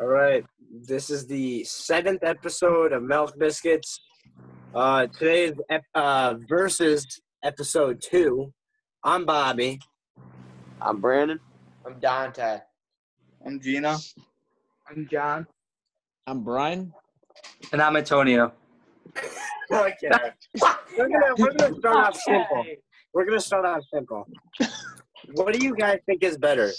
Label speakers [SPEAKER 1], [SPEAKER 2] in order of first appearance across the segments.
[SPEAKER 1] All right. This is the seventh episode of Milk Biscuits. Uh, today's ep- uh, versus episode two. I'm Bobby.
[SPEAKER 2] I'm Brandon.
[SPEAKER 3] I'm Dante.
[SPEAKER 4] I'm Gina.
[SPEAKER 5] I'm John.
[SPEAKER 2] I'm Brian.
[SPEAKER 6] And I'm Antonio.
[SPEAKER 1] Okay. we're, gonna, we're gonna start off simple. We're gonna start off simple. What do you guys think is better,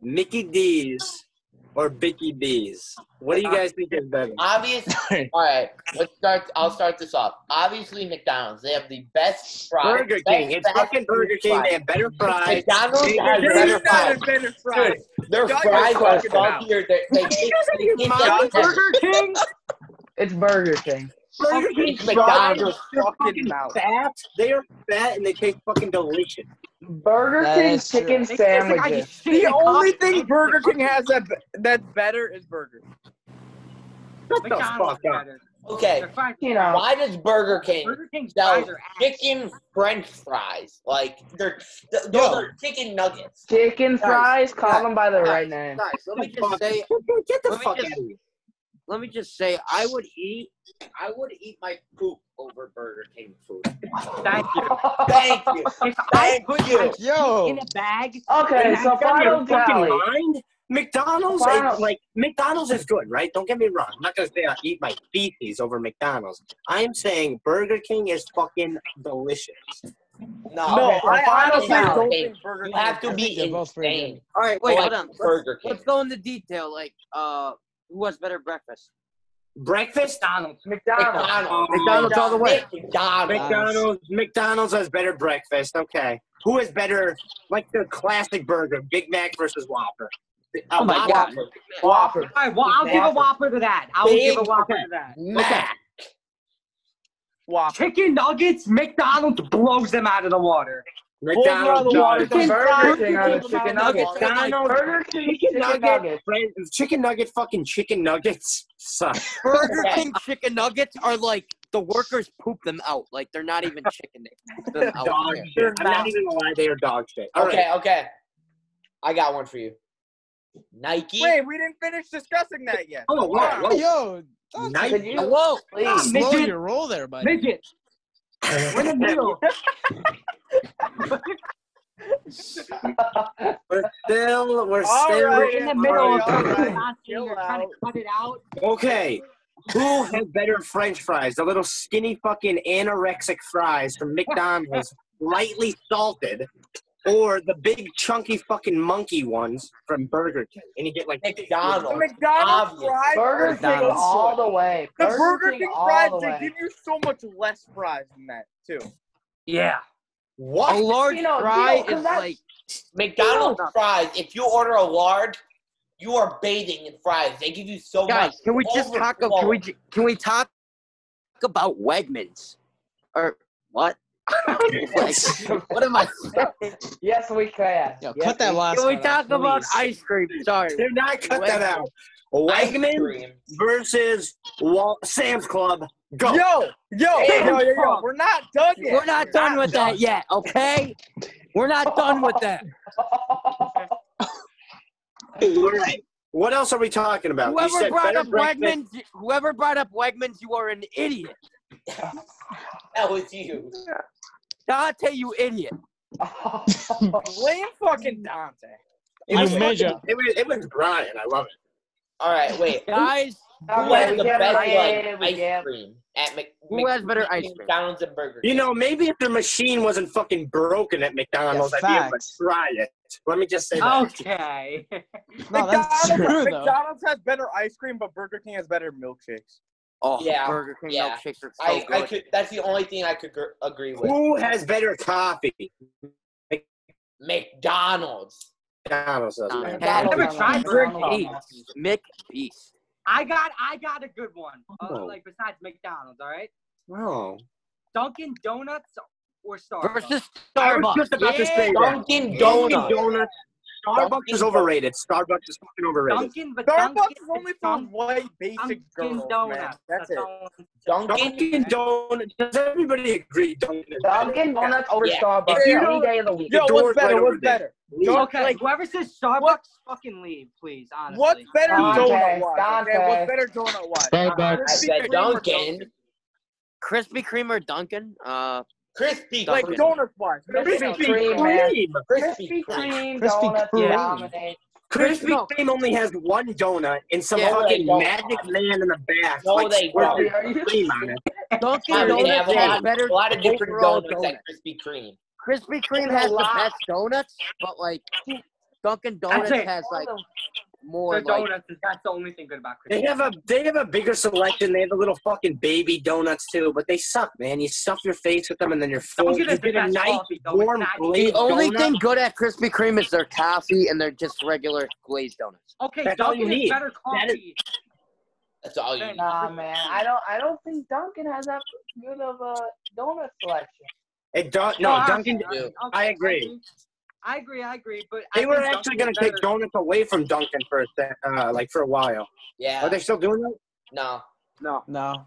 [SPEAKER 1] Mickey D's or Bicky B's? What do you guys think is better?
[SPEAKER 3] Obvious. all right, let's start. I'll start this off. Obviously, McDonald's. They have the best fries.
[SPEAKER 1] Burger King.
[SPEAKER 3] Best
[SPEAKER 1] It's
[SPEAKER 3] fast
[SPEAKER 1] fucking
[SPEAKER 3] food
[SPEAKER 1] Burger King. They
[SPEAKER 3] fries.
[SPEAKER 1] have better fries.
[SPEAKER 3] McDonald's has
[SPEAKER 1] Burger
[SPEAKER 3] better
[SPEAKER 1] King.
[SPEAKER 3] fries.
[SPEAKER 4] better
[SPEAKER 3] Dude, their
[SPEAKER 4] Shut your
[SPEAKER 3] fries are
[SPEAKER 4] fucking mouth.
[SPEAKER 3] funkier. They, they, they, they, they,
[SPEAKER 1] Mom,
[SPEAKER 3] they,
[SPEAKER 1] Burger King.
[SPEAKER 5] It's Burger King.
[SPEAKER 1] Burger King
[SPEAKER 3] Fucking McDonald's.
[SPEAKER 1] fries, They're fucking fat. They are fat and they taste fucking delicious.
[SPEAKER 5] Burger
[SPEAKER 2] That
[SPEAKER 5] King
[SPEAKER 2] is true.
[SPEAKER 5] chicken sandwiches.
[SPEAKER 4] The only thing Burger King has that that's better is burger.
[SPEAKER 1] Shut the fuck up.
[SPEAKER 3] okay,
[SPEAKER 5] You know,
[SPEAKER 3] why does Burger King
[SPEAKER 7] Burger King's
[SPEAKER 3] sell
[SPEAKER 7] fries are ass.
[SPEAKER 3] chicken French fries? Like they're th- those
[SPEAKER 2] Yo.
[SPEAKER 3] are chicken nuggets.
[SPEAKER 5] chicken fries. Call
[SPEAKER 2] guys,
[SPEAKER 5] them by the
[SPEAKER 2] guys,
[SPEAKER 5] right name.
[SPEAKER 2] Guys, let me
[SPEAKER 1] Fuck.
[SPEAKER 2] just say,
[SPEAKER 1] Get the
[SPEAKER 2] Let me
[SPEAKER 1] fuck out
[SPEAKER 2] just-
[SPEAKER 1] of here.
[SPEAKER 2] let me just say, I would eat, I would eat my poop over Burger King food.
[SPEAKER 7] Thank you.
[SPEAKER 3] Thank you.
[SPEAKER 7] If I
[SPEAKER 3] Thank
[SPEAKER 7] put
[SPEAKER 3] you.
[SPEAKER 2] Yo,
[SPEAKER 7] in a bag,
[SPEAKER 5] Okay, so
[SPEAKER 1] Out of your
[SPEAKER 5] final
[SPEAKER 1] fucking
[SPEAKER 5] tally.
[SPEAKER 1] mind. McDonald's,
[SPEAKER 5] Wow.
[SPEAKER 1] is, like McDonald's, is good, right? Don't get me wrong. I'm not gonna say I eat my feces over McDonald's. I am saying Burger King is fucking delicious.
[SPEAKER 3] No,
[SPEAKER 5] No,
[SPEAKER 3] okay,
[SPEAKER 5] I honestly
[SPEAKER 3] Burger
[SPEAKER 5] don't
[SPEAKER 3] King.
[SPEAKER 4] Burger
[SPEAKER 3] You have to
[SPEAKER 2] think
[SPEAKER 3] be
[SPEAKER 2] they're both pretty
[SPEAKER 3] insane.
[SPEAKER 2] all right, wait,
[SPEAKER 3] Like
[SPEAKER 2] hold on. Let's,
[SPEAKER 3] Burger King.
[SPEAKER 2] let's go into detail. Like, uh, who has better breakfast?
[SPEAKER 1] Breakfast,
[SPEAKER 7] McDonald's.
[SPEAKER 5] McDonald's.
[SPEAKER 1] McDonald's all the way.
[SPEAKER 3] McDonald's.
[SPEAKER 1] McDonald's, McDonald's has better breakfast. Okay, who is better? Like the classic burger, Big Mac versus Whopper. A
[SPEAKER 2] Oh my
[SPEAKER 1] Whopper.
[SPEAKER 2] God.
[SPEAKER 5] Whopper.
[SPEAKER 7] All right, well, I'll give a Whopper to that. I'll
[SPEAKER 3] Big
[SPEAKER 7] give a Whopper to that.
[SPEAKER 3] Mac.
[SPEAKER 4] Whopper.
[SPEAKER 7] Chicken nuggets, McDonald's blows them out of the water.
[SPEAKER 4] out of
[SPEAKER 1] McDonald's,
[SPEAKER 4] the water.
[SPEAKER 1] does.
[SPEAKER 5] The Burger King on the chicken nuggets.
[SPEAKER 1] McDonald's,
[SPEAKER 5] Burger King
[SPEAKER 1] chicken
[SPEAKER 5] chicken
[SPEAKER 1] nugget,
[SPEAKER 5] nuggets.
[SPEAKER 1] friend- chicken nugget, fucking chicken nuggets suck.
[SPEAKER 2] Burger
[SPEAKER 3] Okay.
[SPEAKER 2] King chicken nuggets are like the workers poop them out. Like they're not even chicken. They poop them out.
[SPEAKER 1] dog
[SPEAKER 2] there.
[SPEAKER 1] shit. I'm not even gonna lie, they are dog shit. All right.
[SPEAKER 3] Okay, okay. I got one for you. Nike.
[SPEAKER 4] Wait, we didn't finish discussing that yet.
[SPEAKER 1] Oh, wow. wow.
[SPEAKER 8] Yo,
[SPEAKER 1] Nice.
[SPEAKER 5] Could you
[SPEAKER 2] Whoa!
[SPEAKER 5] please?
[SPEAKER 8] slow
[SPEAKER 7] midget.
[SPEAKER 8] your roll there, buddy.
[SPEAKER 7] Midget, we're in the middle.
[SPEAKER 1] We're still, we're
[SPEAKER 4] All
[SPEAKER 1] still.
[SPEAKER 4] right.
[SPEAKER 7] We're in the middle of
[SPEAKER 4] Alright,
[SPEAKER 7] the
[SPEAKER 4] alright.
[SPEAKER 7] last year. You're trying to cut it out.
[SPEAKER 1] Okay. Who had better French fries? The little skinny fucking anorexic fries from McDonald's, lightly salted, or the big chunky fucking monkey ones from Burger King? And you get like
[SPEAKER 4] The
[SPEAKER 3] McDonald's.
[SPEAKER 4] McDonald's
[SPEAKER 3] Obvious.
[SPEAKER 4] fries.
[SPEAKER 5] Burger King
[SPEAKER 2] McDonald's.
[SPEAKER 5] all the way.
[SPEAKER 4] The Burger King fries,
[SPEAKER 5] all the
[SPEAKER 4] they
[SPEAKER 5] way.
[SPEAKER 4] give you so much less fries than that, too.
[SPEAKER 7] Yeah.
[SPEAKER 2] A
[SPEAKER 1] What?
[SPEAKER 2] large
[SPEAKER 5] You know,
[SPEAKER 2] fry
[SPEAKER 5] you know, 'cause
[SPEAKER 2] is
[SPEAKER 5] that's-
[SPEAKER 2] like
[SPEAKER 3] McDonald's fries. If you order a large, you are bathing in fries. They give you so much.
[SPEAKER 2] Guys, can we just talk? Can we ju- can we talk about Wegmans or what? Like, what am I?
[SPEAKER 5] Yes, we can.
[SPEAKER 8] Yo,
[SPEAKER 5] Yes,
[SPEAKER 8] cut that
[SPEAKER 5] we-
[SPEAKER 8] last
[SPEAKER 2] Can we
[SPEAKER 8] one
[SPEAKER 2] talk
[SPEAKER 8] out,
[SPEAKER 2] about
[SPEAKER 8] please.
[SPEAKER 2] ice cream? Sorry.
[SPEAKER 1] Do not cut that out. Wegman versus Wal- Sam's Club. Go.
[SPEAKER 4] Yo, yo, yo, yo, yo, we're not done yet.
[SPEAKER 2] We're not done with that yet, okay? We're not done with that.
[SPEAKER 1] All right. What else are we talking about? You
[SPEAKER 2] Whoever
[SPEAKER 1] said
[SPEAKER 2] brought
[SPEAKER 1] better
[SPEAKER 2] up
[SPEAKER 1] breakfast.
[SPEAKER 2] Wegmans, whoever brought up Wegmans, you are an idiot.
[SPEAKER 3] That was you.
[SPEAKER 2] Dante, you idiot.
[SPEAKER 4] Blame fucking Dante.
[SPEAKER 1] It was,
[SPEAKER 8] You measure.
[SPEAKER 1] it was, it was Brian. I love it.
[SPEAKER 3] All right, wait.
[SPEAKER 2] Guys,
[SPEAKER 3] Who
[SPEAKER 5] Okay,
[SPEAKER 3] has
[SPEAKER 5] we
[SPEAKER 3] the
[SPEAKER 5] get
[SPEAKER 3] best
[SPEAKER 5] it, we
[SPEAKER 3] like,
[SPEAKER 5] get it, we
[SPEAKER 3] ice
[SPEAKER 5] get it.
[SPEAKER 3] cream at Mc-
[SPEAKER 2] Who has better ice cream?
[SPEAKER 3] McDonald's and Burger.
[SPEAKER 1] You know, maybe if their machine wasn't fucking broken at McDonald's,
[SPEAKER 8] Yeah,
[SPEAKER 1] I'd be able to
[SPEAKER 8] facts.
[SPEAKER 1] try it. Let me just say that.
[SPEAKER 7] Okay.
[SPEAKER 8] No, that's
[SPEAKER 4] McDonald's,
[SPEAKER 8] true though.
[SPEAKER 4] McDonald's has better ice cream, but Burger King has better milkshakes.
[SPEAKER 2] Oh,
[SPEAKER 3] Yeah,
[SPEAKER 2] Burger King
[SPEAKER 3] yeah.
[SPEAKER 2] milkshakes are so
[SPEAKER 3] I,
[SPEAKER 2] good.
[SPEAKER 3] I could. That's the only thing I could gr- agree with.
[SPEAKER 1] Who has better coffee?
[SPEAKER 3] McDonald's.
[SPEAKER 1] McDonald's does, man.
[SPEAKER 2] I've
[SPEAKER 7] never
[SPEAKER 5] McDonald's.
[SPEAKER 7] tried Burger
[SPEAKER 2] King. Mick Beast.
[SPEAKER 7] I got I got a good one. Uh,
[SPEAKER 1] Oh.
[SPEAKER 7] like besides McDonald's, all right?
[SPEAKER 1] No.
[SPEAKER 7] Dunkin' Donuts or Starbucks.
[SPEAKER 2] Versus
[SPEAKER 1] I
[SPEAKER 2] Starbucks.
[SPEAKER 1] was just about to say that.
[SPEAKER 3] Dunkin'
[SPEAKER 1] Dunkin'
[SPEAKER 3] Donuts.
[SPEAKER 1] Donuts Starbucks is overrated. Starbucks is fucking overrated.
[SPEAKER 7] Dunkin', but
[SPEAKER 4] Starbucks
[SPEAKER 7] Dunkin'
[SPEAKER 4] is only for
[SPEAKER 7] Dunkin'
[SPEAKER 4] white basic girls, man.
[SPEAKER 7] Donuts.
[SPEAKER 4] That's it.
[SPEAKER 7] all I'm
[SPEAKER 3] Dunkin'.
[SPEAKER 1] Dunkin' Donuts. Does everybody agree? Dunkin' is better?
[SPEAKER 5] Dunkin' Donuts over
[SPEAKER 3] Yeah.
[SPEAKER 5] Starbucks
[SPEAKER 1] If you
[SPEAKER 5] any
[SPEAKER 1] don't-
[SPEAKER 5] day of the week.
[SPEAKER 4] Yo,
[SPEAKER 1] door's
[SPEAKER 4] what's
[SPEAKER 1] right
[SPEAKER 4] better?
[SPEAKER 1] over
[SPEAKER 4] What's
[SPEAKER 1] there.
[SPEAKER 4] better?
[SPEAKER 1] Leave.
[SPEAKER 4] Don't-
[SPEAKER 7] Okay,
[SPEAKER 4] like-
[SPEAKER 7] whoever says Starbucks,
[SPEAKER 4] What-
[SPEAKER 7] fucking leave, please. Honestly.
[SPEAKER 4] What's better
[SPEAKER 5] Dante,
[SPEAKER 4] donut wise? Okay,
[SPEAKER 5] Dante.
[SPEAKER 4] what's better donut wise?
[SPEAKER 9] Starbucks.
[SPEAKER 3] I said Dunkin'.
[SPEAKER 2] Krispy Kreme or Dunkin'? Uh,
[SPEAKER 3] Krispy
[SPEAKER 4] Like
[SPEAKER 3] Kreme.
[SPEAKER 4] donut wise.
[SPEAKER 5] Krispy
[SPEAKER 1] Krispy
[SPEAKER 5] Kreme, man.
[SPEAKER 1] Kreme.
[SPEAKER 3] Krispy Kreme.
[SPEAKER 5] donuts
[SPEAKER 7] Kreme.
[SPEAKER 5] dominate.
[SPEAKER 1] Krispy
[SPEAKER 2] No.
[SPEAKER 1] Kreme only has one donut and some
[SPEAKER 2] Yeah,
[SPEAKER 1] fucking
[SPEAKER 3] they don't.
[SPEAKER 1] magic man in the back.
[SPEAKER 3] No,
[SPEAKER 1] like,
[SPEAKER 3] they
[SPEAKER 1] squirts
[SPEAKER 5] don't.
[SPEAKER 1] his cream on it.
[SPEAKER 3] I
[SPEAKER 2] Dunkin'
[SPEAKER 3] mean, they
[SPEAKER 2] Donuts
[SPEAKER 3] have a lot,
[SPEAKER 2] has better
[SPEAKER 3] a lot of different
[SPEAKER 2] overall
[SPEAKER 3] donuts at Krispy Kreme.
[SPEAKER 2] Krispy Kreme has the best donuts, but like Dunkin' Donuts
[SPEAKER 7] it.
[SPEAKER 2] has like more
[SPEAKER 7] Their
[SPEAKER 2] like
[SPEAKER 7] donuts, is- that's the only thing good about
[SPEAKER 1] They
[SPEAKER 7] Krispy
[SPEAKER 1] have a they have a bigger selection. They have the little fucking baby donuts too, but they suck, man. You stuff your face with them and then you're full.
[SPEAKER 7] Dunkin'
[SPEAKER 1] You
[SPEAKER 7] is the
[SPEAKER 1] get a
[SPEAKER 7] best
[SPEAKER 1] nice
[SPEAKER 7] coffee, though. It's
[SPEAKER 1] warm
[SPEAKER 7] not-
[SPEAKER 1] glazed
[SPEAKER 2] the only
[SPEAKER 1] donut.
[SPEAKER 2] thing good at Krispy Kreme is their coffee and their just regular glazed donuts.
[SPEAKER 7] Okay,
[SPEAKER 1] That's all you
[SPEAKER 7] Dunkin' is
[SPEAKER 1] need.
[SPEAKER 7] better
[SPEAKER 1] That is-
[SPEAKER 7] coffee.
[SPEAKER 3] That's all you need.
[SPEAKER 5] Nah, man. I don't. I don't think Dunkin' has that good of a donut selection.
[SPEAKER 1] It do- no, Dunkin'.
[SPEAKER 7] okay, okay,
[SPEAKER 1] I agree.
[SPEAKER 7] I agree, I agree, but I
[SPEAKER 1] They
[SPEAKER 7] think
[SPEAKER 1] were actually
[SPEAKER 7] Dunkin'
[SPEAKER 1] gonna
[SPEAKER 7] is
[SPEAKER 1] take
[SPEAKER 7] better.
[SPEAKER 1] donuts away from Dunkin' for a sec- uh, like for a while. Are
[SPEAKER 3] Yeah.
[SPEAKER 1] they still doing that?
[SPEAKER 3] No.
[SPEAKER 8] No.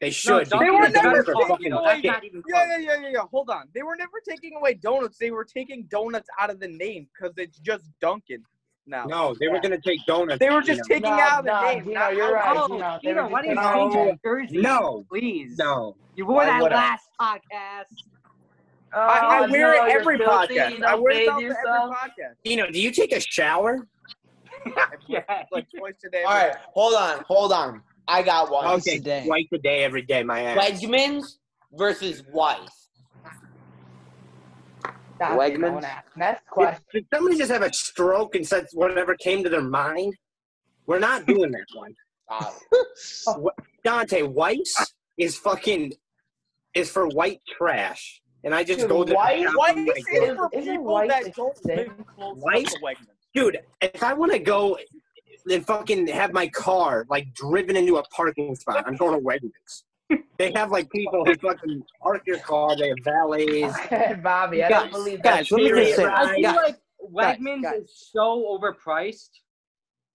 [SPEAKER 1] They should.
[SPEAKER 7] Dunkin'
[SPEAKER 4] They were
[SPEAKER 7] is better
[SPEAKER 4] never
[SPEAKER 7] coffee,
[SPEAKER 4] taking
[SPEAKER 7] though.
[SPEAKER 4] away-
[SPEAKER 7] That's not even
[SPEAKER 4] Yeah,
[SPEAKER 7] close.
[SPEAKER 4] yeah, yeah, yeah, yeah. Hold on. They were never taking away donuts. They were taking donuts out of the name because it's just Dunkin' now.
[SPEAKER 1] No, they were gonna take donuts.
[SPEAKER 4] They were just
[SPEAKER 1] you
[SPEAKER 4] taking
[SPEAKER 5] Nah,
[SPEAKER 4] out the
[SPEAKER 5] nah,
[SPEAKER 4] name.
[SPEAKER 5] Gino,
[SPEAKER 4] not-
[SPEAKER 5] you're right.
[SPEAKER 7] Oh,
[SPEAKER 5] Gino, they
[SPEAKER 7] Gino,
[SPEAKER 5] were
[SPEAKER 7] why do you
[SPEAKER 5] just
[SPEAKER 1] taking
[SPEAKER 7] change your
[SPEAKER 1] away-
[SPEAKER 7] jersey?
[SPEAKER 1] No.
[SPEAKER 7] Please.
[SPEAKER 1] know.
[SPEAKER 7] You wore
[SPEAKER 3] Why
[SPEAKER 7] that
[SPEAKER 3] would I?
[SPEAKER 7] last podcast.
[SPEAKER 4] I, I
[SPEAKER 5] Oh,
[SPEAKER 4] wear
[SPEAKER 5] no,
[SPEAKER 4] it
[SPEAKER 5] you're
[SPEAKER 4] every
[SPEAKER 5] filthy,
[SPEAKER 4] podcast.
[SPEAKER 5] you
[SPEAKER 4] I
[SPEAKER 5] don't
[SPEAKER 4] wear it
[SPEAKER 5] bathe
[SPEAKER 4] out to every
[SPEAKER 5] yourself.
[SPEAKER 4] podcast.
[SPEAKER 1] no. Dino, do you take a shower?
[SPEAKER 7] Yeah.
[SPEAKER 4] Like twice today.
[SPEAKER 3] All right. Hold on. Hold on. I got one.
[SPEAKER 9] Twice a day.
[SPEAKER 1] Twice a day, every day, my ass.
[SPEAKER 3] Wegmans versus Weiss.
[SPEAKER 5] Dante,
[SPEAKER 2] Wegmans?
[SPEAKER 5] don't ask. Next
[SPEAKER 1] Did,
[SPEAKER 5] question.
[SPEAKER 1] did somebody just have a stroke and said whatever came to their mind? We're not doing that one.
[SPEAKER 3] Uh,
[SPEAKER 1] Dante Weiss is fucking is for white trash, and I just
[SPEAKER 5] Dude,
[SPEAKER 1] go to
[SPEAKER 5] White-
[SPEAKER 4] Why
[SPEAKER 1] I'm like,
[SPEAKER 4] is it for
[SPEAKER 5] Isn't
[SPEAKER 4] people
[SPEAKER 5] white
[SPEAKER 4] that don't
[SPEAKER 5] expensive?
[SPEAKER 4] live close
[SPEAKER 1] White?
[SPEAKER 4] to Wegmans?
[SPEAKER 1] dude. If I want to go and fucking have my car like driven into a parking spot, I'm going to Wegmans. They have like people who fucking park your car. They have valets.
[SPEAKER 5] Bobby, I don't believe that.
[SPEAKER 2] Guys, let me just say,
[SPEAKER 7] I feel
[SPEAKER 1] Guys,
[SPEAKER 7] like Wegmans
[SPEAKER 2] guys.
[SPEAKER 7] is so overpriced.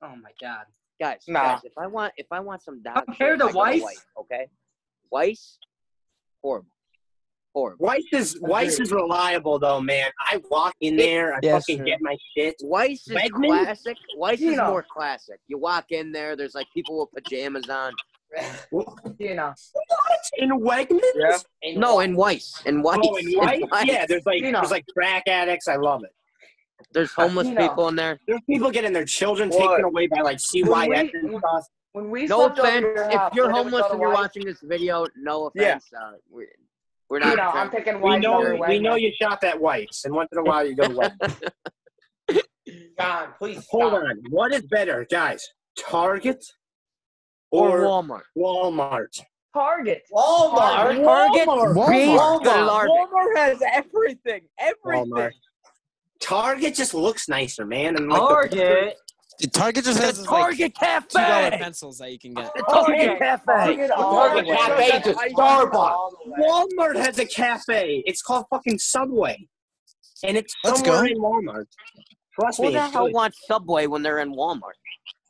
[SPEAKER 7] Oh my god.
[SPEAKER 2] Guys,
[SPEAKER 4] Nah.
[SPEAKER 2] guys, if I want if I want some dog
[SPEAKER 7] Compared
[SPEAKER 2] shit,
[SPEAKER 7] to
[SPEAKER 2] I go
[SPEAKER 7] Weiss?
[SPEAKER 2] okay? Weiss, horrible, horrible.
[SPEAKER 1] Weiss is Weiss is reliable though, man. I walk in there, I
[SPEAKER 8] Yes,
[SPEAKER 1] fucking
[SPEAKER 8] sir.
[SPEAKER 1] get my shit.
[SPEAKER 2] Weiss is
[SPEAKER 1] Wegmans?
[SPEAKER 2] classic. Weiss is
[SPEAKER 5] Gino.
[SPEAKER 2] more classic. You walk in there, there's like people with pajamas on.
[SPEAKER 5] you know.
[SPEAKER 1] In Wegmans?
[SPEAKER 4] Yeah.
[SPEAKER 3] and
[SPEAKER 2] No, in Weiss, in Weiss,
[SPEAKER 1] Oh, in White? Yeah, there's like
[SPEAKER 5] You know.
[SPEAKER 1] there's like crack addicts. I love it.
[SPEAKER 2] There's homeless
[SPEAKER 5] Gino.
[SPEAKER 2] people in there.
[SPEAKER 1] There's people getting their children
[SPEAKER 4] What?
[SPEAKER 1] taken away by like CYS and stuff.
[SPEAKER 5] When we
[SPEAKER 2] No
[SPEAKER 5] slept over
[SPEAKER 2] offense,
[SPEAKER 5] your house,
[SPEAKER 2] if you're
[SPEAKER 5] uh, whenever we
[SPEAKER 2] homeless
[SPEAKER 5] go to
[SPEAKER 2] and you're
[SPEAKER 5] White-
[SPEAKER 2] watching this video, no
[SPEAKER 4] Yeah.
[SPEAKER 2] offense. Uh, we're, we're
[SPEAKER 5] You
[SPEAKER 2] not.
[SPEAKER 5] know, I'm
[SPEAKER 2] trying-
[SPEAKER 5] picking
[SPEAKER 1] We
[SPEAKER 5] white
[SPEAKER 1] know
[SPEAKER 5] over
[SPEAKER 1] we
[SPEAKER 5] Wegmans.
[SPEAKER 1] know you shop at White's, and once in a while you go to White.
[SPEAKER 3] John, please stop.
[SPEAKER 1] Hold on, what is better, guys? Target
[SPEAKER 2] or
[SPEAKER 1] or
[SPEAKER 2] Walmart.
[SPEAKER 1] Walmart?
[SPEAKER 5] Target.
[SPEAKER 3] Walmart.
[SPEAKER 2] Target,
[SPEAKER 1] Walmart.
[SPEAKER 2] beef
[SPEAKER 3] Walmart.
[SPEAKER 2] gallardo.
[SPEAKER 4] Walmart has everything. Everything.
[SPEAKER 1] Walmart. Target just looks nicer, man. And like the-
[SPEAKER 7] Target.
[SPEAKER 9] The Target just has this, like two
[SPEAKER 2] Target Cafe.
[SPEAKER 9] dollar pencils that you can get.
[SPEAKER 4] Oh,
[SPEAKER 7] Target.
[SPEAKER 5] Target all
[SPEAKER 3] Target
[SPEAKER 5] the way.
[SPEAKER 3] cafe
[SPEAKER 5] Target
[SPEAKER 3] to
[SPEAKER 5] all the way.
[SPEAKER 1] Walmart has a cafe. It's called fucking Subway, and it's
[SPEAKER 9] Let's go.
[SPEAKER 1] somewhere in Walmart. Trust
[SPEAKER 2] Who
[SPEAKER 1] me,
[SPEAKER 2] the
[SPEAKER 1] it's
[SPEAKER 2] hell
[SPEAKER 1] good.
[SPEAKER 2] wants Subway when they're in Walmart?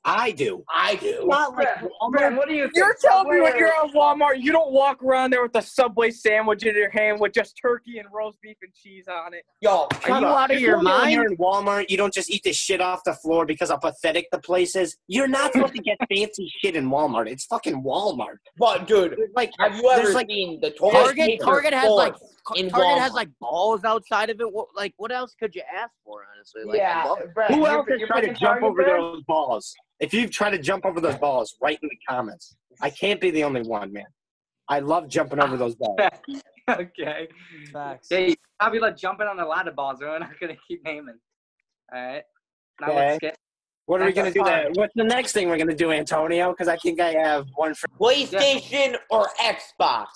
[SPEAKER 1] I do.
[SPEAKER 3] I do.
[SPEAKER 1] Not like
[SPEAKER 5] Brett,
[SPEAKER 1] Walmart.
[SPEAKER 5] Brett, what do you think?
[SPEAKER 4] You're telling me when
[SPEAKER 5] Subway
[SPEAKER 4] you're
[SPEAKER 5] or-
[SPEAKER 4] at Walmart, you don't walk around there with a Subway sandwich in your hand with just turkey and roast beef and cheese on it.
[SPEAKER 3] Yo,
[SPEAKER 2] Are you out of your
[SPEAKER 1] When
[SPEAKER 2] mind?
[SPEAKER 1] you're in Walmart, you don't just eat the shit off the floor because how pathetic the place is. You're not supposed to get fancy shit in Walmart. It's fucking Walmart.
[SPEAKER 3] but dude,
[SPEAKER 1] There's like
[SPEAKER 3] have you ever
[SPEAKER 1] There's like-
[SPEAKER 3] seen the toilet
[SPEAKER 2] Target,
[SPEAKER 3] paper
[SPEAKER 2] Target has like
[SPEAKER 3] force? in
[SPEAKER 2] Target has
[SPEAKER 3] Walmart.
[SPEAKER 2] like balls outside of it. What, like what else could you ask for? Honestly, like I
[SPEAKER 5] Yeah,
[SPEAKER 2] love it.
[SPEAKER 5] Brett,
[SPEAKER 1] who
[SPEAKER 5] you're-
[SPEAKER 1] else has
[SPEAKER 5] you're
[SPEAKER 1] tried to
[SPEAKER 5] picking
[SPEAKER 1] jump
[SPEAKER 5] Target,
[SPEAKER 1] over
[SPEAKER 5] Brett?
[SPEAKER 1] those balls? If you've tried to jump over those balls, write in the comments. I can't be the only one, man. I love jumping over those balls.
[SPEAKER 7] okay.
[SPEAKER 8] Facts.
[SPEAKER 7] They probably like jumping on a lot of balls. We're not gonna keep naming. All right. Now
[SPEAKER 1] Okay.
[SPEAKER 7] let's get.
[SPEAKER 1] What are we gonna
[SPEAKER 3] That's
[SPEAKER 1] do?
[SPEAKER 3] fine.
[SPEAKER 1] There? What's the next thing we're gonna do, Antonio? Because I think I have one for
[SPEAKER 3] PlayStation or Xbox?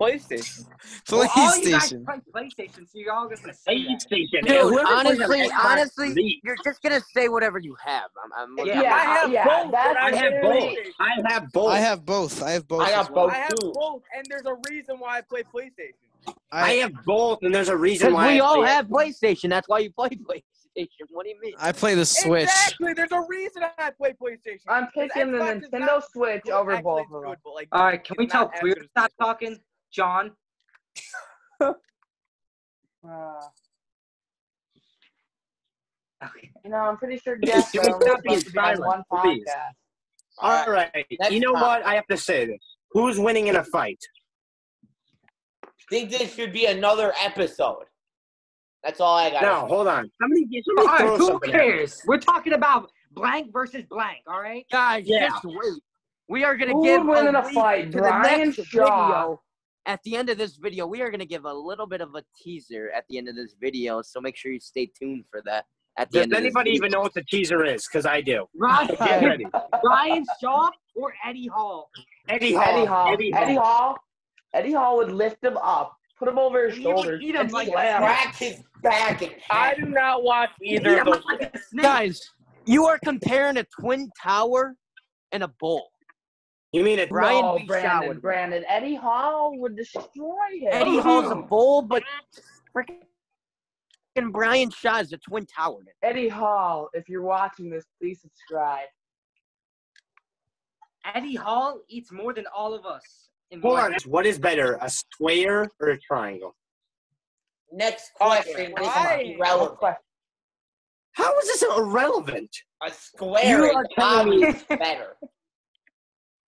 [SPEAKER 4] PlayStation.
[SPEAKER 7] Well, all you guys
[SPEAKER 9] PlayStation.
[SPEAKER 7] play PlayStation, so you're all gonna say that.
[SPEAKER 1] PlayStation.
[SPEAKER 2] Dude,
[SPEAKER 1] Whoever plays on
[SPEAKER 2] honestly,
[SPEAKER 1] Xbox
[SPEAKER 2] honestly,
[SPEAKER 1] leaves.
[SPEAKER 2] you're just gonna say whatever you have. I'm, I'm,
[SPEAKER 5] Yeah,
[SPEAKER 2] I'm-
[SPEAKER 4] I have
[SPEAKER 5] yeah,
[SPEAKER 4] both.
[SPEAKER 5] that's
[SPEAKER 4] but
[SPEAKER 1] I have both.
[SPEAKER 5] literally-
[SPEAKER 1] I have both.
[SPEAKER 9] I have both. I have both.
[SPEAKER 3] I
[SPEAKER 9] as
[SPEAKER 3] got
[SPEAKER 5] Oh,
[SPEAKER 9] well.
[SPEAKER 3] both
[SPEAKER 4] I have
[SPEAKER 3] too.
[SPEAKER 4] both, and there's a reason why I play PlayStation.
[SPEAKER 1] I have both, and there's a reason
[SPEAKER 2] Because
[SPEAKER 1] why.
[SPEAKER 2] we
[SPEAKER 1] I
[SPEAKER 2] all
[SPEAKER 1] play it.
[SPEAKER 2] have PlayStation. That's why you play PlayStation. PlayStation. What do you mean?
[SPEAKER 9] I play the Switch.
[SPEAKER 4] Exactly. There's a reason I play PlayStation.
[SPEAKER 5] I'm picking the
[SPEAKER 4] Xbox is
[SPEAKER 5] Nintendo
[SPEAKER 4] not-
[SPEAKER 5] Switch
[SPEAKER 4] well,
[SPEAKER 5] over Uh,
[SPEAKER 4] actually,
[SPEAKER 5] both
[SPEAKER 4] it's
[SPEAKER 5] of them.
[SPEAKER 4] good, but, like,
[SPEAKER 7] All right, can we
[SPEAKER 4] it's
[SPEAKER 7] tell
[SPEAKER 4] not
[SPEAKER 7] Clear
[SPEAKER 4] after
[SPEAKER 7] to
[SPEAKER 4] the
[SPEAKER 7] stop
[SPEAKER 4] Switch.
[SPEAKER 7] talking? John,
[SPEAKER 5] Uh,
[SPEAKER 7] Okay.
[SPEAKER 5] you know, I'm pretty sure
[SPEAKER 1] Please,
[SPEAKER 5] Jeff
[SPEAKER 1] can we
[SPEAKER 5] Bezos
[SPEAKER 1] stop being
[SPEAKER 5] must be on
[SPEAKER 1] silent,
[SPEAKER 5] one
[SPEAKER 1] please?
[SPEAKER 5] podcast.
[SPEAKER 1] All right.
[SPEAKER 3] Next
[SPEAKER 1] You know
[SPEAKER 3] time.
[SPEAKER 1] what? I have to say this. Who's winning in a fight?
[SPEAKER 3] think this should be another episode. That's all I got.
[SPEAKER 1] Now, hold on. Somebody, somebody
[SPEAKER 7] all
[SPEAKER 1] throw
[SPEAKER 7] right, who
[SPEAKER 1] something at me.
[SPEAKER 7] cares? We're talking about blank versus blank, all right?
[SPEAKER 2] Guys,
[SPEAKER 1] Yeah.
[SPEAKER 2] just wait. We are gonna
[SPEAKER 5] Who
[SPEAKER 2] give
[SPEAKER 5] would win in a
[SPEAKER 2] lead
[SPEAKER 5] fight,
[SPEAKER 2] to
[SPEAKER 5] Brian
[SPEAKER 2] the next
[SPEAKER 5] Shaw?
[SPEAKER 2] video. At the end of this video, we are gonna give a little bit of a teaser at the end of this video, so make sure you stay tuned for that. At the
[SPEAKER 1] Does
[SPEAKER 2] end of this
[SPEAKER 1] anybody
[SPEAKER 2] video.
[SPEAKER 1] even know what the teaser is? Because I do. Get
[SPEAKER 7] Ryan,
[SPEAKER 1] ready.
[SPEAKER 7] Ryan Shaw or Eddie Hall?
[SPEAKER 1] Eddie Hall.
[SPEAKER 5] Eddie Hall.
[SPEAKER 1] Eddie
[SPEAKER 5] Eddie Hall. Eddie Hall would lift him up, put him over his
[SPEAKER 7] And he would
[SPEAKER 5] shoulders,
[SPEAKER 7] eat him
[SPEAKER 5] and
[SPEAKER 7] like
[SPEAKER 5] slam him.
[SPEAKER 3] Crack his back and
[SPEAKER 4] I do not watch either of those.
[SPEAKER 7] Like a snake.
[SPEAKER 2] Guys, you are comparing a twin tower and a bowl.
[SPEAKER 1] You mean it?
[SPEAKER 2] Ryan
[SPEAKER 5] no,
[SPEAKER 2] B.
[SPEAKER 5] Brandon,
[SPEAKER 2] Sherwood.
[SPEAKER 5] Brandon. Eddie Hall would destroy him.
[SPEAKER 2] Eddie Hall's a bowl, but freaking Brian Shaw is a twin tower. Man.
[SPEAKER 5] Eddie Hall, if you're watching this, please subscribe.
[SPEAKER 7] Eddie Hall eats more than all of us. in
[SPEAKER 1] Hold
[SPEAKER 7] one
[SPEAKER 1] on. What is better, a square or a triangle?
[SPEAKER 3] Next question is
[SPEAKER 4] Right.
[SPEAKER 5] What
[SPEAKER 3] irrelevant.
[SPEAKER 5] question?
[SPEAKER 1] How is this irrelevant?
[SPEAKER 3] A
[SPEAKER 1] You
[SPEAKER 3] square
[SPEAKER 1] are
[SPEAKER 3] is
[SPEAKER 1] telling me-
[SPEAKER 3] obviously better.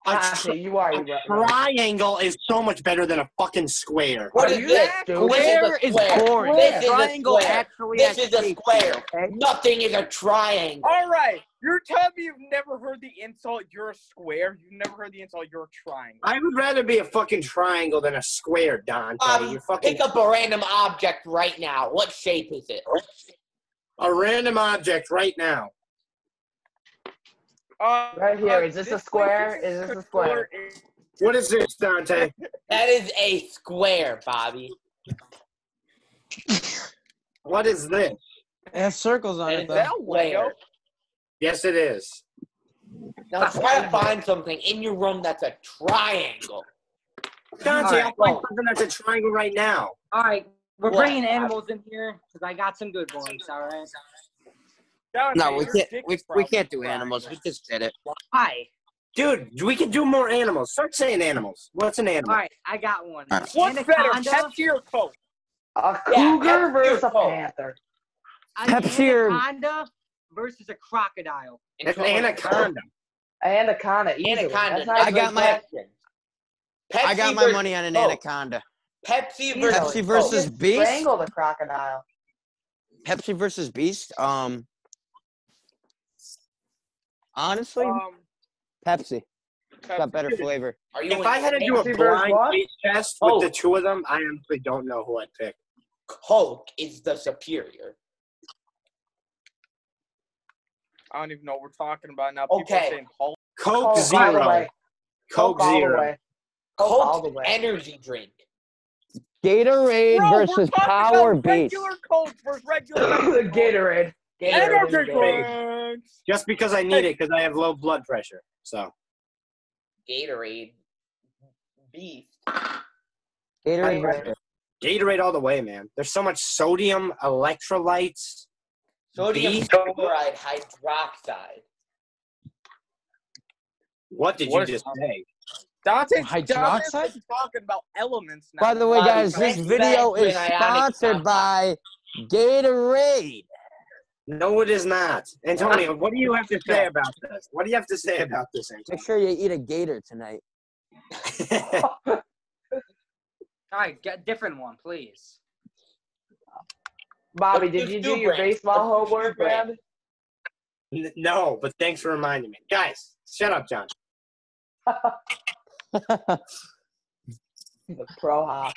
[SPEAKER 1] A,
[SPEAKER 5] Conte,
[SPEAKER 1] tri-
[SPEAKER 5] you are
[SPEAKER 1] a
[SPEAKER 5] irrelevant.
[SPEAKER 1] triangle is so much better than a fucking square.
[SPEAKER 3] What
[SPEAKER 5] Are
[SPEAKER 3] is
[SPEAKER 5] you
[SPEAKER 3] this?
[SPEAKER 5] that
[SPEAKER 3] This
[SPEAKER 5] stupid?
[SPEAKER 2] Square is boring.
[SPEAKER 3] This is a
[SPEAKER 2] Triangle
[SPEAKER 3] square.
[SPEAKER 2] actually
[SPEAKER 3] This
[SPEAKER 2] has
[SPEAKER 3] is a
[SPEAKER 2] shape,
[SPEAKER 3] square.
[SPEAKER 2] okay?
[SPEAKER 3] Nothing is a triangle.
[SPEAKER 4] All right, you're telling me you've never heard the insult "you're a square." You've never heard the insult "you're trying."
[SPEAKER 1] I would rather be a fucking triangle than a square, Dante.
[SPEAKER 3] Um,
[SPEAKER 1] you fucking
[SPEAKER 3] Pick up a random object right now. What shape is it?
[SPEAKER 1] a random object right now.
[SPEAKER 4] Uh,
[SPEAKER 5] Right here,
[SPEAKER 4] uh,
[SPEAKER 5] is this a square?
[SPEAKER 4] this
[SPEAKER 5] Is this a square?
[SPEAKER 1] What is this, Dante?
[SPEAKER 3] That is a square, Bobby.
[SPEAKER 1] What is this?
[SPEAKER 9] It has circles on
[SPEAKER 3] That
[SPEAKER 9] it
[SPEAKER 3] is
[SPEAKER 9] though.
[SPEAKER 3] a
[SPEAKER 4] that
[SPEAKER 3] square.
[SPEAKER 4] Lego?
[SPEAKER 1] Yes, it is.
[SPEAKER 3] Now try to find something in your room that's a triangle.
[SPEAKER 1] Dante,
[SPEAKER 7] All
[SPEAKER 1] I'll find something that's a triangle right now.
[SPEAKER 7] All right, we're
[SPEAKER 3] What?
[SPEAKER 7] bringing animals in here because I got some good ones. All right.
[SPEAKER 4] Dante,
[SPEAKER 2] No, we
[SPEAKER 4] your
[SPEAKER 2] can't.
[SPEAKER 4] dick
[SPEAKER 2] We,
[SPEAKER 4] is
[SPEAKER 2] we
[SPEAKER 4] probably
[SPEAKER 2] can't do
[SPEAKER 4] trying.
[SPEAKER 2] animals. We just did it.
[SPEAKER 7] Hi.
[SPEAKER 1] Dude, we can do more animals. Start saying animals. What's an
[SPEAKER 7] All
[SPEAKER 1] animal?
[SPEAKER 7] right, I got one.
[SPEAKER 9] All
[SPEAKER 4] What's better,
[SPEAKER 7] Anaconda,
[SPEAKER 4] Pepsi or Coke?
[SPEAKER 5] A
[SPEAKER 3] Yeah,
[SPEAKER 5] cougar
[SPEAKER 3] that's
[SPEAKER 5] versus
[SPEAKER 3] your
[SPEAKER 5] a
[SPEAKER 3] fault.
[SPEAKER 5] panther.
[SPEAKER 7] an
[SPEAKER 9] Pepsi or-
[SPEAKER 7] anaconda versus a crocodile.
[SPEAKER 1] It's an anaconda.
[SPEAKER 5] Anaconda. Easily.
[SPEAKER 3] Anaconda.
[SPEAKER 5] That's not
[SPEAKER 9] I
[SPEAKER 5] even
[SPEAKER 9] got
[SPEAKER 5] a
[SPEAKER 9] my-
[SPEAKER 5] question.
[SPEAKER 3] Pepsi
[SPEAKER 9] I got my
[SPEAKER 3] versus
[SPEAKER 9] money on an
[SPEAKER 3] Coke.
[SPEAKER 9] anaconda.
[SPEAKER 3] Pepsi
[SPEAKER 5] Easily.
[SPEAKER 3] versus,
[SPEAKER 9] Pepsi
[SPEAKER 3] Coke.
[SPEAKER 9] versus Beast.
[SPEAKER 5] Strangle the crocodile.
[SPEAKER 9] Pepsi versus Beast. Um, honestly,
[SPEAKER 4] Um,
[SPEAKER 9] Pepsi It's got
[SPEAKER 4] Pepsi.
[SPEAKER 9] better flavor.
[SPEAKER 3] Are you
[SPEAKER 1] If I had to do a
[SPEAKER 5] Pepsi versus
[SPEAKER 1] blind
[SPEAKER 5] what?
[SPEAKER 1] taste test
[SPEAKER 3] Oh.
[SPEAKER 1] with the two of them, I honestly don't know who I'd pick.
[SPEAKER 3] Coke is the superior.
[SPEAKER 4] I don't even know what we're talking about now. People
[SPEAKER 3] Okay.
[SPEAKER 4] are saying Hulk.
[SPEAKER 1] Coke
[SPEAKER 5] Coke all Oh, the
[SPEAKER 1] Zero.
[SPEAKER 5] way.
[SPEAKER 1] Coke
[SPEAKER 5] all the
[SPEAKER 1] Zero.
[SPEAKER 5] way. all the
[SPEAKER 3] Coke's
[SPEAKER 5] way.
[SPEAKER 3] energy drink.
[SPEAKER 4] Bro,
[SPEAKER 9] Gatorade
[SPEAKER 4] we're
[SPEAKER 9] versus
[SPEAKER 4] talking about
[SPEAKER 9] Power Beast.
[SPEAKER 4] Regular Coke versus regular
[SPEAKER 5] Gatorade. Gatorade.
[SPEAKER 4] Energy
[SPEAKER 5] is better.
[SPEAKER 4] drinks.
[SPEAKER 1] Just because I need it because I have low blood pressure. So
[SPEAKER 3] Gatorade. Beef.
[SPEAKER 9] Gatorade.
[SPEAKER 5] Gatorade.
[SPEAKER 9] versus-
[SPEAKER 1] Gatorade all the way, man. There's so much sodium, electrolytes.
[SPEAKER 3] Sodium
[SPEAKER 1] Beef?
[SPEAKER 3] chloride hydroxide.
[SPEAKER 1] What did
[SPEAKER 4] What
[SPEAKER 1] you
[SPEAKER 4] is-
[SPEAKER 1] just say?
[SPEAKER 4] Dante's,
[SPEAKER 9] Hydroxide?
[SPEAKER 4] Dante's been talking about elements now.
[SPEAKER 9] By the way,
[SPEAKER 3] Wow,
[SPEAKER 9] guys, this
[SPEAKER 3] that's
[SPEAKER 9] video
[SPEAKER 3] exactly
[SPEAKER 9] is
[SPEAKER 3] what I added.
[SPEAKER 9] sponsored by Gatorade.
[SPEAKER 1] No, it is not. Antonio, what do you have to say about this? What do you have to say about this,
[SPEAKER 9] Make sure you eat a gator tonight.
[SPEAKER 1] Antonio?
[SPEAKER 7] All right, get a different one, please.
[SPEAKER 5] Bobby,
[SPEAKER 3] Let's
[SPEAKER 5] did
[SPEAKER 3] do
[SPEAKER 5] you
[SPEAKER 3] two
[SPEAKER 5] do your
[SPEAKER 3] brands.
[SPEAKER 5] baseball
[SPEAKER 3] Let's do two
[SPEAKER 5] homework,
[SPEAKER 3] brands.
[SPEAKER 5] man?
[SPEAKER 1] N- no, but thanks for reminding me. Guys, shut up, John.
[SPEAKER 5] The pro hop.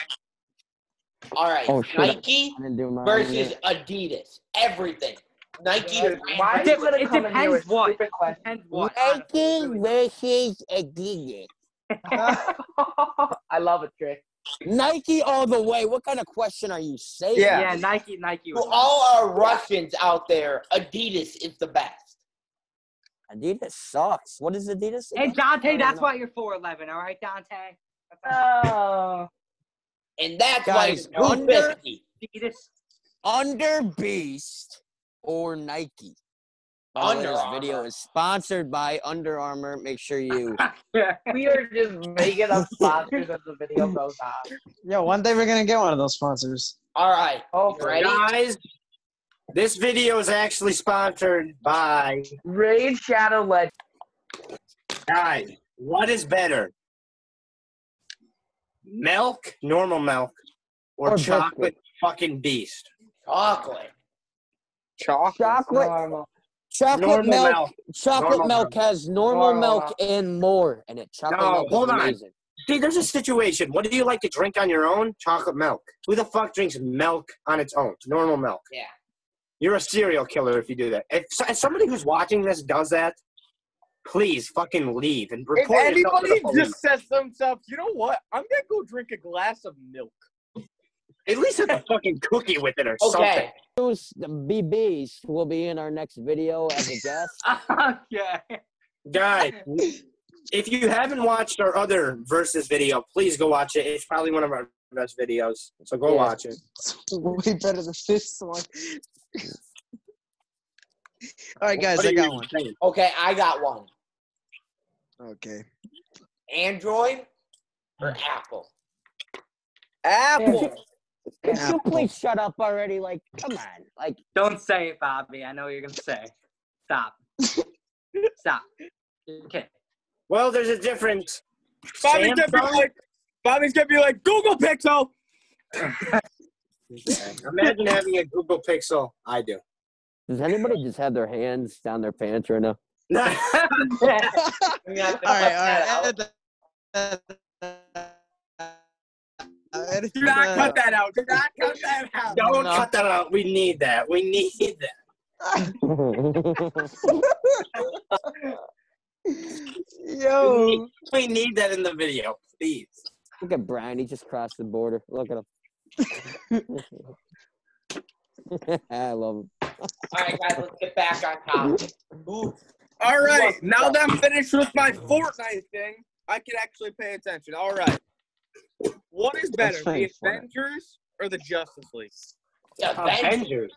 [SPEAKER 3] All right.
[SPEAKER 9] Oh, shit.
[SPEAKER 3] Nike
[SPEAKER 9] I didn't do mine
[SPEAKER 3] versus
[SPEAKER 9] yet.
[SPEAKER 3] Adidas. Everything. Nike.
[SPEAKER 5] Dude, why are
[SPEAKER 7] It
[SPEAKER 5] you gonna
[SPEAKER 7] dep-
[SPEAKER 5] come
[SPEAKER 7] it
[SPEAKER 5] in here with
[SPEAKER 7] depends what.
[SPEAKER 5] stupid questions?
[SPEAKER 7] Depends what.
[SPEAKER 9] Nike
[SPEAKER 7] honestly, really.
[SPEAKER 9] versus Adidas.
[SPEAKER 5] I love it, Trick.
[SPEAKER 9] Nike all the way. What kind of question are you saying?
[SPEAKER 4] Yeah.
[SPEAKER 7] Yeah, Nike, Nike.
[SPEAKER 3] To
[SPEAKER 7] was-
[SPEAKER 3] all our Russians out there, Adidas is the best.
[SPEAKER 9] Adidas sucks. What is Adidas?
[SPEAKER 7] Hey,
[SPEAKER 9] again?
[SPEAKER 7] Dante,
[SPEAKER 9] I don't
[SPEAKER 7] that's
[SPEAKER 9] know.
[SPEAKER 7] why you're 4'11, all right, Dante?
[SPEAKER 5] Oh.
[SPEAKER 3] And that's
[SPEAKER 9] Guys,
[SPEAKER 3] why
[SPEAKER 9] under-
[SPEAKER 3] it's
[SPEAKER 7] Adidas.
[SPEAKER 9] Under Beast or Nike. By the way,
[SPEAKER 3] Under
[SPEAKER 9] this
[SPEAKER 3] Armour.
[SPEAKER 9] video is sponsored by Under Armour. Make sure you.
[SPEAKER 5] We are just making up sponsors as the video goes on.
[SPEAKER 8] Yo, one day we're gonna get one of those sponsors.
[SPEAKER 3] All right.
[SPEAKER 5] Oh,
[SPEAKER 3] You ready?
[SPEAKER 1] Guys, this video is actually sponsored by
[SPEAKER 5] Raid Shadow Legend.
[SPEAKER 1] guys. What is better, milk, normal milk, or,
[SPEAKER 9] Or
[SPEAKER 1] chocolate fucking beast?
[SPEAKER 3] Chocolate.
[SPEAKER 9] Chocolate,
[SPEAKER 5] Normal.
[SPEAKER 9] chocolate
[SPEAKER 1] normal
[SPEAKER 9] milk,
[SPEAKER 1] milk.
[SPEAKER 9] chocolate
[SPEAKER 1] Normal
[SPEAKER 9] milk has normal
[SPEAKER 5] Normal
[SPEAKER 9] milk and more in it. Chocolate
[SPEAKER 1] No,
[SPEAKER 9] milk
[SPEAKER 1] hold
[SPEAKER 9] is
[SPEAKER 1] on.
[SPEAKER 9] amazing.
[SPEAKER 1] See, there's a situation. What do you like to drink on your own? Chocolate milk. Who the fuck drinks milk on its own? Normal milk.
[SPEAKER 3] Yeah.
[SPEAKER 1] You're a serial killer if you do that. If, so- if somebody who's watching this does that, please fucking leave and
[SPEAKER 4] If
[SPEAKER 1] report yourself to the
[SPEAKER 4] anybody
[SPEAKER 1] police.
[SPEAKER 4] just says to themselves, you know what? I'm gonna go drink a glass of milk.
[SPEAKER 1] At least have a fucking cookie with it or something.
[SPEAKER 3] Okay.
[SPEAKER 9] Those BBs will be in our next video as a guest.
[SPEAKER 7] yeah.
[SPEAKER 1] Guys, if you haven't watched our other Versus video, please go watch it. It's probably one of our best videos. So go
[SPEAKER 9] Yeah.
[SPEAKER 1] watch it.
[SPEAKER 8] Way better than this one. All right, guys,
[SPEAKER 1] What do
[SPEAKER 8] I
[SPEAKER 1] you
[SPEAKER 8] got one.
[SPEAKER 1] think?
[SPEAKER 3] Okay, I got one.
[SPEAKER 8] Okay.
[SPEAKER 3] Android or Apple?
[SPEAKER 4] Apple.
[SPEAKER 9] Could you
[SPEAKER 8] Apple.
[SPEAKER 9] please shut up already? Like, come on. Like,
[SPEAKER 7] Don't say it, Bobby. I know what you're gonna say. Stop. Stop. Okay.
[SPEAKER 1] Well, there's a difference.
[SPEAKER 4] Bobby's gonna be
[SPEAKER 1] Samsung?
[SPEAKER 4] like, Bobby's gonna be like, Google Pixel.
[SPEAKER 1] Imagine having a Google Pixel. I do.
[SPEAKER 9] does anybody just have their hands down their pants right now?
[SPEAKER 3] I'm gonna have to
[SPEAKER 8] All right,
[SPEAKER 3] cut
[SPEAKER 8] all
[SPEAKER 3] that
[SPEAKER 8] right.
[SPEAKER 3] out.
[SPEAKER 8] edit that- edit
[SPEAKER 4] Do not cut
[SPEAKER 8] that.
[SPEAKER 4] that out. Do not cut that out.
[SPEAKER 1] Don't
[SPEAKER 8] No.
[SPEAKER 1] cut that out. We need that. We need that.
[SPEAKER 8] Yo,
[SPEAKER 1] We need that in the video, please.
[SPEAKER 9] Look at Brian. He just crossed the border. Look at him. I love him.
[SPEAKER 3] All right, guys, let's get back on topic. Who?
[SPEAKER 4] All right, now that I'm finished with my Fortnite thing, I can actually pay attention. All right, what is better, the
[SPEAKER 8] playing Fortnite.
[SPEAKER 4] Avengers or the Justice League?
[SPEAKER 3] The Avengers.
[SPEAKER 1] Avengers.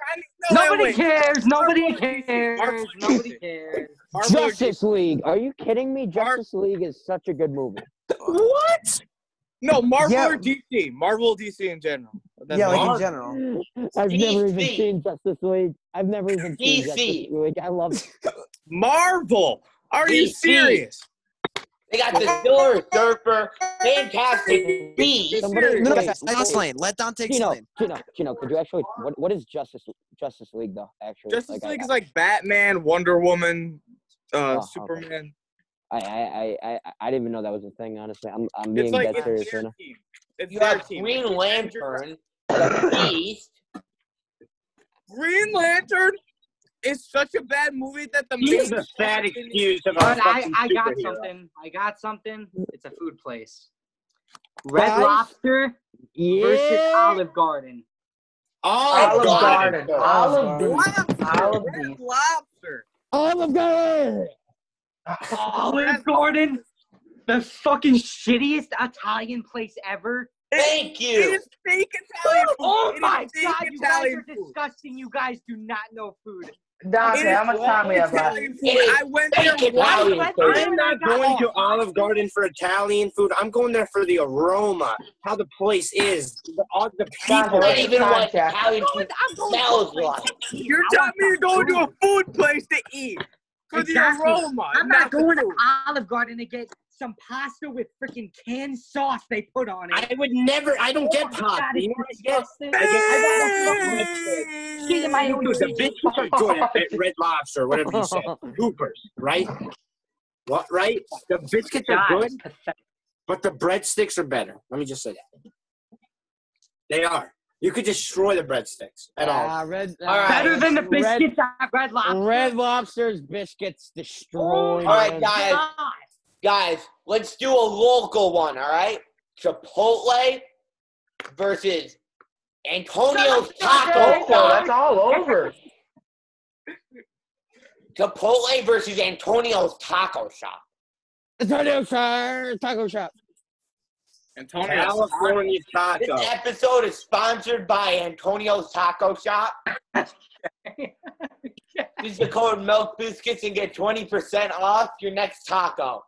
[SPEAKER 7] Nobody
[SPEAKER 4] wait.
[SPEAKER 7] cares. Nobody
[SPEAKER 4] Marvel-
[SPEAKER 7] cares. Nobody cares.
[SPEAKER 4] Our boy
[SPEAKER 9] Justice League. Are you kidding me? Justice League is such a good movie.
[SPEAKER 1] What?
[SPEAKER 4] No, Marvel
[SPEAKER 8] Yeah.
[SPEAKER 4] or DC? Marvel or DC in general. That's
[SPEAKER 8] yeah, like
[SPEAKER 4] all.
[SPEAKER 8] in general.
[SPEAKER 9] I've never even
[SPEAKER 3] DC.
[SPEAKER 9] seen Justice League. I've never even seen
[SPEAKER 3] DC.
[SPEAKER 9] Justice League. I love it.
[SPEAKER 4] Marvel. Are you
[SPEAKER 3] DC.
[SPEAKER 4] serious?
[SPEAKER 3] They got the Diller, Derper, Fantastic Beasts.
[SPEAKER 9] Somebody,
[SPEAKER 8] No,
[SPEAKER 9] wait,
[SPEAKER 8] that's not
[SPEAKER 9] wait.
[SPEAKER 8] slain. Let Don take
[SPEAKER 9] Chino,
[SPEAKER 8] slain.
[SPEAKER 9] Chino, Chino, could you actually what what is Justice Justice League though? Actually,
[SPEAKER 4] Justice
[SPEAKER 9] I-
[SPEAKER 4] League is like Batman, Wonder Woman, uh,
[SPEAKER 9] Oh, okay.
[SPEAKER 4] Superman.
[SPEAKER 9] I, I I I I didn't even know that was a thing. Honestly, I'm I'm
[SPEAKER 4] It's
[SPEAKER 9] being
[SPEAKER 4] like
[SPEAKER 9] dead
[SPEAKER 4] it's
[SPEAKER 9] serious
[SPEAKER 4] their
[SPEAKER 9] right now.
[SPEAKER 4] team. It's
[SPEAKER 3] You
[SPEAKER 4] their
[SPEAKER 3] have
[SPEAKER 4] team.
[SPEAKER 3] Green Lantern, the Beast.
[SPEAKER 4] Green Lantern is such a bad movie that the
[SPEAKER 1] He is
[SPEAKER 4] main
[SPEAKER 1] a fat
[SPEAKER 4] fucking-
[SPEAKER 1] excuse of
[SPEAKER 7] But
[SPEAKER 1] a
[SPEAKER 7] I,
[SPEAKER 1] fucking Mm.
[SPEAKER 7] I got
[SPEAKER 1] superhero.
[SPEAKER 7] something. I got something. It's a food place. Red
[SPEAKER 9] Guys?
[SPEAKER 7] Lobster versus Olive Garden.
[SPEAKER 1] Olive Garden.
[SPEAKER 5] Olive Beast.
[SPEAKER 4] Lobster,
[SPEAKER 5] Olive
[SPEAKER 4] Red
[SPEAKER 5] Beast.
[SPEAKER 4] Lobster.
[SPEAKER 9] Olive Garden.
[SPEAKER 7] Olive Garden, the fucking shittiest Italian place ever.
[SPEAKER 3] Thank
[SPEAKER 4] It
[SPEAKER 3] you.
[SPEAKER 4] is fake Italian food.
[SPEAKER 7] Oh
[SPEAKER 4] It is
[SPEAKER 7] my
[SPEAKER 4] fake
[SPEAKER 7] god, you guys are
[SPEAKER 4] Italian food.
[SPEAKER 7] disgusting. You guys do not know food.
[SPEAKER 4] It
[SPEAKER 5] Dante,
[SPEAKER 4] is
[SPEAKER 5] how much time we have left?
[SPEAKER 4] Italian
[SPEAKER 3] It
[SPEAKER 4] food.
[SPEAKER 3] is
[SPEAKER 4] I went there
[SPEAKER 3] Fake
[SPEAKER 4] once.
[SPEAKER 3] Italian food.
[SPEAKER 1] I'm not going to Olive Garden for Italian food. I'm going there for the aroma, how the place is, the, all the
[SPEAKER 5] Dante,
[SPEAKER 1] people.
[SPEAKER 3] Not even what
[SPEAKER 5] Contact.
[SPEAKER 3] Italian food smells like.
[SPEAKER 4] You're telling me you're going to a food place to eat for the
[SPEAKER 7] Exactly.
[SPEAKER 4] aroma.
[SPEAKER 7] I'm not
[SPEAKER 4] the
[SPEAKER 7] going to
[SPEAKER 4] food.
[SPEAKER 7] Olive Garden to get some pasta with freaking canned sauce they put on it.
[SPEAKER 1] I would never. I don't
[SPEAKER 7] Oh
[SPEAKER 1] get
[SPEAKER 7] my
[SPEAKER 1] pop.
[SPEAKER 7] God,
[SPEAKER 1] You
[SPEAKER 7] it's
[SPEAKER 1] know what I get?
[SPEAKER 7] disgusting.
[SPEAKER 1] I
[SPEAKER 7] I
[SPEAKER 1] Shit in my own shoes. The bitches are good at Red- Red Lobster, whatever you said. Hoopers, right? What, right? The biscuits are
[SPEAKER 7] got
[SPEAKER 1] good, but the breadsticks are better. Let me just say that. They are. You could destroy the breadsticks at all.
[SPEAKER 9] Ah, red,
[SPEAKER 3] All right.
[SPEAKER 7] Better than the
[SPEAKER 9] Red-
[SPEAKER 7] biscuits at Red Lobster.
[SPEAKER 9] Red Lobster's biscuits destroyed.
[SPEAKER 3] All right,
[SPEAKER 9] man.
[SPEAKER 3] guys,
[SPEAKER 7] God.
[SPEAKER 3] guys, let's do a local one. All right, Chipotle versus Antonio's Taco
[SPEAKER 5] So
[SPEAKER 3] Shop.
[SPEAKER 5] that's all over.
[SPEAKER 3] Chipotle versus Antonio's Taco Shop.
[SPEAKER 9] Taco shop. Taco shop.
[SPEAKER 4] Antonio.
[SPEAKER 1] California
[SPEAKER 3] This
[SPEAKER 1] taco.
[SPEAKER 3] episode is sponsored by Antonio's Taco Shop. Use the code Milk Biscuits and get twenty percent off your next taco.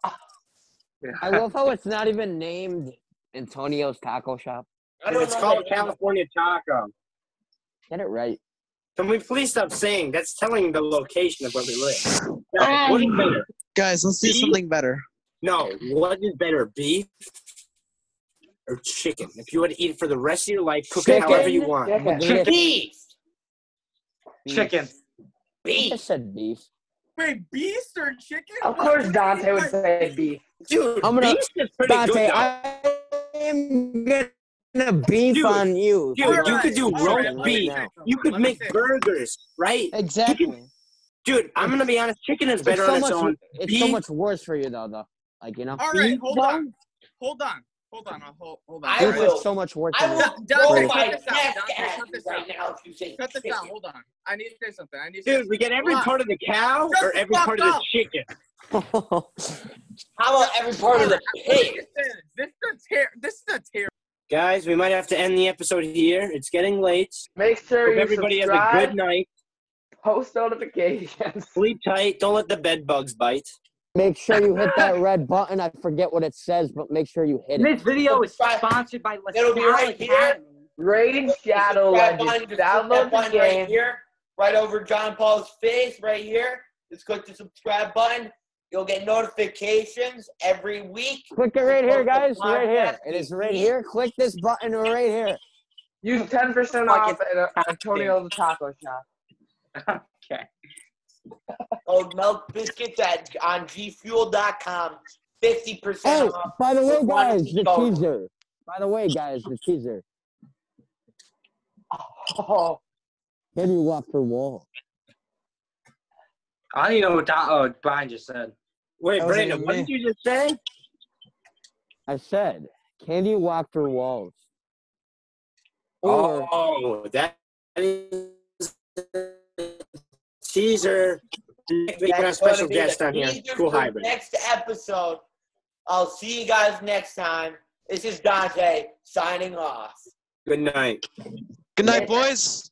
[SPEAKER 9] I love how it's not even named Antonio's Taco Shop.
[SPEAKER 3] I don't
[SPEAKER 1] It's
[SPEAKER 3] know
[SPEAKER 1] called
[SPEAKER 3] their name.
[SPEAKER 1] California Taco.
[SPEAKER 9] Get it right.
[SPEAKER 1] Can we please stop saying that's telling the location of where we live? Now, what is better?
[SPEAKER 8] Guys, let's do
[SPEAKER 1] See?
[SPEAKER 8] something better.
[SPEAKER 1] No, what is better, beef or chicken? If you want to eat it for the rest of your life, cook it however you want.
[SPEAKER 9] But
[SPEAKER 7] Chicken.
[SPEAKER 9] beef-
[SPEAKER 3] Beef,
[SPEAKER 7] Chicken.
[SPEAKER 9] I
[SPEAKER 3] beef.
[SPEAKER 9] just said beef.
[SPEAKER 4] Wait, beast or chicken?
[SPEAKER 5] Of course, Dante would say beef.
[SPEAKER 1] Dude,
[SPEAKER 9] I'm gonna-
[SPEAKER 1] beef is pretty
[SPEAKER 9] Dante,
[SPEAKER 1] good. though.
[SPEAKER 9] I am gonna beef
[SPEAKER 1] Dude,
[SPEAKER 9] on you.
[SPEAKER 1] Dude, you could do
[SPEAKER 9] All right,
[SPEAKER 1] roast
[SPEAKER 9] all
[SPEAKER 1] beef.
[SPEAKER 9] right
[SPEAKER 1] You could
[SPEAKER 4] Let me
[SPEAKER 1] make
[SPEAKER 4] think.
[SPEAKER 1] burgers, right?
[SPEAKER 8] Exactly.
[SPEAKER 1] Dude, I'm gonna be honest. Chicken is
[SPEAKER 9] It's
[SPEAKER 1] better
[SPEAKER 9] so
[SPEAKER 1] on its
[SPEAKER 9] much.
[SPEAKER 1] own.
[SPEAKER 9] It's so
[SPEAKER 1] Beef-
[SPEAKER 9] much worse for you though, though. Like you know,
[SPEAKER 4] All right, hold on. Hold on. Hold on. I'll Hold, hold on.
[SPEAKER 3] I
[SPEAKER 4] All
[SPEAKER 9] beef
[SPEAKER 4] right.
[SPEAKER 3] will-
[SPEAKER 9] is so much worse.
[SPEAKER 3] I
[SPEAKER 9] Than
[SPEAKER 3] will
[SPEAKER 4] Dante,
[SPEAKER 3] blow
[SPEAKER 4] cut
[SPEAKER 3] my
[SPEAKER 4] this
[SPEAKER 3] desk
[SPEAKER 4] out. Dante,
[SPEAKER 3] at
[SPEAKER 4] cut
[SPEAKER 3] you
[SPEAKER 4] this
[SPEAKER 3] right
[SPEAKER 4] out.
[SPEAKER 3] now if you say
[SPEAKER 4] Cut this
[SPEAKER 3] chicken.
[SPEAKER 4] out. Hold on. I need to say something. I need to
[SPEAKER 1] Dude, we get every
[SPEAKER 4] Hold on.
[SPEAKER 1] part of the cow
[SPEAKER 4] Shut
[SPEAKER 1] or
[SPEAKER 4] the
[SPEAKER 1] every
[SPEAKER 4] fuck
[SPEAKER 1] part of the
[SPEAKER 4] up.
[SPEAKER 1] chicken.
[SPEAKER 3] How about every part of the
[SPEAKER 4] Let
[SPEAKER 3] pig?
[SPEAKER 4] me just say This This is a tear. This is a tear.
[SPEAKER 1] Guys, we might have to end the episode here. It's getting late.
[SPEAKER 5] Make sure
[SPEAKER 1] Hope
[SPEAKER 5] you
[SPEAKER 1] everybody has a
[SPEAKER 5] subscribe,
[SPEAKER 1] good night.
[SPEAKER 5] post notifications.
[SPEAKER 1] Sleep tight. Don't let the bed bugs bite.
[SPEAKER 9] Make sure you hit that red button. I forget what it says, but make sure you hit it.
[SPEAKER 7] This video is sponsored by Let's
[SPEAKER 3] It'll be right here.
[SPEAKER 5] Raid Shadow
[SPEAKER 3] Subscribe
[SPEAKER 5] Legends.
[SPEAKER 3] button, just click
[SPEAKER 5] Download
[SPEAKER 3] that
[SPEAKER 5] the
[SPEAKER 3] button right
[SPEAKER 5] game.
[SPEAKER 3] here, right over John Paul's face, right here. Just click the subscribe button. You'll get notifications every week.
[SPEAKER 9] Click it right here, guys. Right here. It is right here. Click this button right here.
[SPEAKER 5] Use 10% off at uh, Antonio's Taco Shop.
[SPEAKER 3] Code Milk Biscuits at on gfuel.com. Fifty
[SPEAKER 9] Hey,
[SPEAKER 1] Oh,
[SPEAKER 3] percent off.
[SPEAKER 9] by the way, guys, the
[SPEAKER 3] Go.
[SPEAKER 9] teaser. By the way, guys, the teaser.
[SPEAKER 5] Oh,
[SPEAKER 9] Maybe walk for wall.
[SPEAKER 7] I don't even know what Don, oh, Brian just said.
[SPEAKER 1] Wait,
[SPEAKER 8] That was
[SPEAKER 1] Brandon,
[SPEAKER 8] even
[SPEAKER 1] what
[SPEAKER 8] me.
[SPEAKER 1] did you just say?
[SPEAKER 9] I said, can you walk through walls? Or
[SPEAKER 1] Oh, that is Caesar. Next week, we have a
[SPEAKER 3] That's gonna
[SPEAKER 1] special
[SPEAKER 3] be
[SPEAKER 1] guest
[SPEAKER 3] the
[SPEAKER 1] on here.
[SPEAKER 3] teaser
[SPEAKER 1] Cool
[SPEAKER 3] for
[SPEAKER 1] hybrid.
[SPEAKER 3] Next episode. I'll see you guys next time. This is Dante signing off.
[SPEAKER 1] Good night.
[SPEAKER 8] Good night, boys.